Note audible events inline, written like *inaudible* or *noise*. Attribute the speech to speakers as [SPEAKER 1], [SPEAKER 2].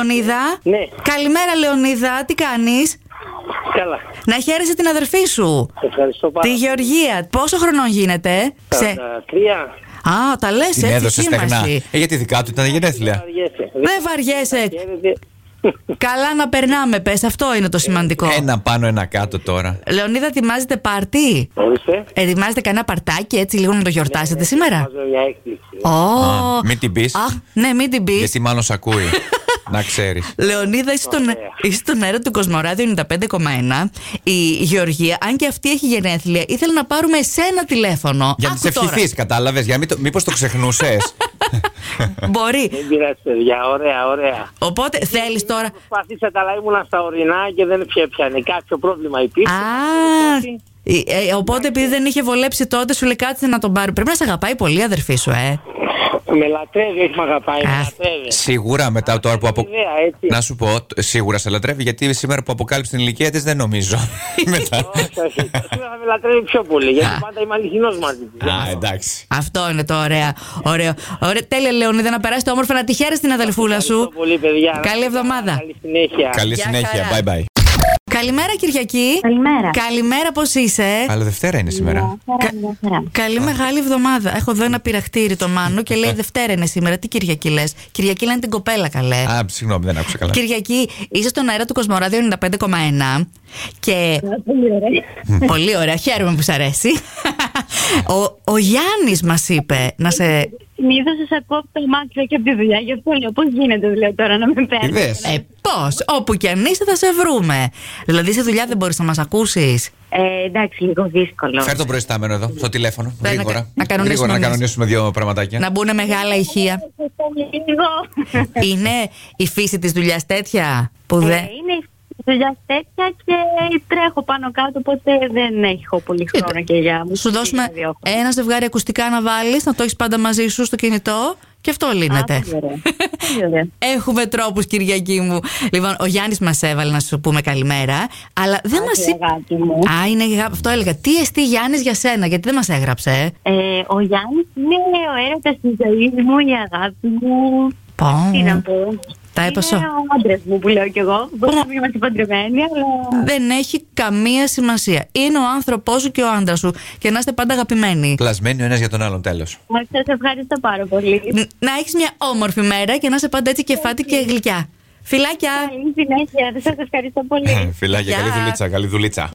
[SPEAKER 1] Λεωνίδα.
[SPEAKER 2] Ναι.
[SPEAKER 1] Καλημέρα, Λεωνίδα. Τι κάνεις.
[SPEAKER 2] Καλά.
[SPEAKER 1] Να χαίρεσαι την αδερφή σου.
[SPEAKER 2] Ευχαριστώ πάρα
[SPEAKER 1] Τη Γεωργία. Πόσο χρονών γίνεται.
[SPEAKER 2] πολύ. Τα Τρία.
[SPEAKER 1] Α, τα λες,
[SPEAKER 3] Την
[SPEAKER 1] έτσι
[SPEAKER 3] έδωσε στεγνά.
[SPEAKER 1] σήμαση.
[SPEAKER 3] Ε, γιατί δικά του ήταν γενέθλια.
[SPEAKER 2] Αργέσαι.
[SPEAKER 1] Δεν βαριέσαι.
[SPEAKER 2] Χαίρετε.
[SPEAKER 1] Καλά να περνάμε, πες. Αυτό είναι το σημαντικό.
[SPEAKER 3] Ε, Ένα πάνω, ένα κάτω τώρα.
[SPEAKER 1] Λεωνίδα, ετοιμάζετε πάρτι.
[SPEAKER 2] Ορίστε.
[SPEAKER 1] Ετοιμάζετε κανένα παρτάκι έτσι λίγο να το
[SPEAKER 2] Ναι,
[SPEAKER 1] γιορτάσετε σήμερα.
[SPEAKER 2] Βάζω μια έκπληξη.
[SPEAKER 1] Ω.
[SPEAKER 3] Α, μην την πεις.
[SPEAKER 1] Αχ, Ναι, μην την πεις.
[SPEAKER 3] Γιατί μάλλον σ'
[SPEAKER 1] *laughs*
[SPEAKER 3] ακούει. να ξέρεις.
[SPEAKER 1] Λεωνίδα, είσαι στον, είσαι στον αέρα του Κοσμοράδιο 95,1. Η Γεωργία, αν και αυτή έχει γενέθλια, ήθελε να πάρουμε εσένα τηλέφωνο.
[SPEAKER 3] Για να
[SPEAKER 1] Άκου
[SPEAKER 3] τη ευχηθεί, κατάλαβες. Για μην το, μήπως το ξεχνούσες.
[SPEAKER 1] *laughs* τώρα. Μπορεί.
[SPEAKER 2] Δεν πειράζει, παιδιά. Ωραία, ωραία.
[SPEAKER 1] Οπότε θέλει τώρα.
[SPEAKER 2] Προσπαθήσατε, αλλά ήμουνα στα ορεινά και δεν πια- πιανε. Κάποιο πρόβλημα υπήρχε.
[SPEAKER 1] Α, ε, ε, οπότε επειδή δεν είχε βολέψει τότε, σου λέει κάτσε να τον πάρει. Πρέπει να σε αγαπάει πολύ, η αδερφή σου, ε.
[SPEAKER 2] Με λατρεύει, όχι με αγαπάει. Με
[SPEAKER 1] Α.
[SPEAKER 2] λατρεύει.
[SPEAKER 3] σίγουρα μετά τώρα που. Απο...
[SPEAKER 2] Ιδέα, έτσι.
[SPEAKER 3] Να σου πω, τ- σίγουρα σε λατρεύει, γιατί σήμερα που αποκάλυψε την ηλικία της δεν
[SPEAKER 1] *laughs*
[SPEAKER 3] νομίζω. μετά.
[SPEAKER 2] Όχι, όχι. Σήμερα θα με λατρεύει πιο πολύ, γιατί πάντα είμαι αληθινός μαζί της.
[SPEAKER 3] Α, εντάξει.
[SPEAKER 1] Αυτό είναι το ωραίο. ωραίο. Ωραία. Τέλεια, Λεωνίδα, να περάσετε όμορφα, να τη χαίρεσαι την αδελφούλα σου.
[SPEAKER 2] Ευχαριστώ πολύ, παιδιά.
[SPEAKER 1] Καλή εβδομάδα.
[SPEAKER 2] Καλή συνέχεια.
[SPEAKER 3] Καλή
[SPEAKER 1] Γεια
[SPEAKER 3] συνέχεια.
[SPEAKER 1] χαρά. Ε,
[SPEAKER 3] Bye bye.
[SPEAKER 1] Καλημέρα, Κυριακή.
[SPEAKER 4] Καλημέρα.
[SPEAKER 1] Καλημέρα, πώς είσαι.
[SPEAKER 3] Αλλά Δευτέρα είναι σήμερα.
[SPEAKER 4] Χαρά, μια χαρά.
[SPEAKER 1] Καλή μεγάλη εβδομάδα. Έχω εδώ ένα πειραχτήρι το Μάνου και λέει Δευτέρα είναι σήμερα. Τι Κυριακή λες. Κυριακή λένε την κοπέλα καλέ.
[SPEAKER 3] Α, συγγνώμη, δεν άκουσα καλά.
[SPEAKER 1] Κυριακή είσαι στον αέρα του Κοσμοράδιο 95,1 και.
[SPEAKER 4] Ε,
[SPEAKER 1] Πολύ ωραία, χαίρομαι που σ' αρέσει. Ο, ο Γιάννης μας είπε να σε.
[SPEAKER 4] Συνήθω σα ακούω από το μάξι και από τη δουλειά, γι' αυτό λέω πώς γίνεται λέω, τώρα να με παίρνεις.
[SPEAKER 3] Ιδέε.
[SPEAKER 1] Ε, Πώς, όπου και αν είσαι, θα σε βρούμε. Δηλαδή, σε δουλειά δεν μπορείς να μας ακούσεις.
[SPEAKER 4] Ε, εντάξει, λίγο δύσκολο.
[SPEAKER 3] Φέρ το προϊστάμενο εδώ, στο τηλέφωνο.
[SPEAKER 1] ε, να
[SPEAKER 3] Γρήγορα.
[SPEAKER 1] κα- να κανονίσουμε
[SPEAKER 3] Γρήγορα να
[SPEAKER 1] εμείς.
[SPEAKER 3] κανονίσουμε δύο πραγματάκια.
[SPEAKER 1] Να μπουν μεγάλα ηχεία.
[SPEAKER 4] Λίγο.
[SPEAKER 1] *laughs* Είναι η φύση της δουλειάς τέτοια που
[SPEAKER 4] Ε,
[SPEAKER 1] δεν.
[SPEAKER 4] είναι η δουλειά τέτοια και τρέχω πάνω κάτω, οπότε δεν έχω πολύ χρόνο και για μου.
[SPEAKER 1] Ε, Σου δώσουμε ένα ζευγάρι ακουστικά να βάλεις, να το έχεις πάντα μαζί σου στο κινητό και αυτό λύνεται. *laughs* Έχουμε τρόπους, Κυριακή μου. Λοιπόν, ο Γιάννης μας έβαλε να σου πούμε καλημέρα, αλλά δεν μα είπε. Α, είναι γα- αυτό έλεγα. Τι εστί Γιάννης για σένα, γιατί δεν μας έγραψε. ε?
[SPEAKER 4] Ε, ο Γιάννης είναι ο έρωτας της ζωής μου, η αγάπη μου.
[SPEAKER 1] Πω.
[SPEAKER 4] Τι να πω.
[SPEAKER 1] Τα έπασα.
[SPEAKER 4] Είναι ο άντρα μου που λέω κι εγώ. Μπορεί να μην είμαστε παντρεμένοι, αλλά.
[SPEAKER 1] Δεν έχει καμία σημασία. Είναι ο άνθρωπός σου και ο άντρας σου. Και να είστε πάντα αγαπημένοι.
[SPEAKER 3] Πλασμένοι ο ένας για τον άλλον, τέλος.
[SPEAKER 4] Σας ευχαριστώ πάρα πολύ.
[SPEAKER 1] Ν- Να έχεις μια όμορφη μέρα και να είσαι πάντα έτσι κεφάτη και γλυκιά. Φιλάκια!
[SPEAKER 4] Καλή συνέχεια. Σας ευχαριστώ πολύ.
[SPEAKER 3] Φιλάκια,
[SPEAKER 1] Γεια.
[SPEAKER 3] καλή δουλίτσα, καλή δουλίτσα.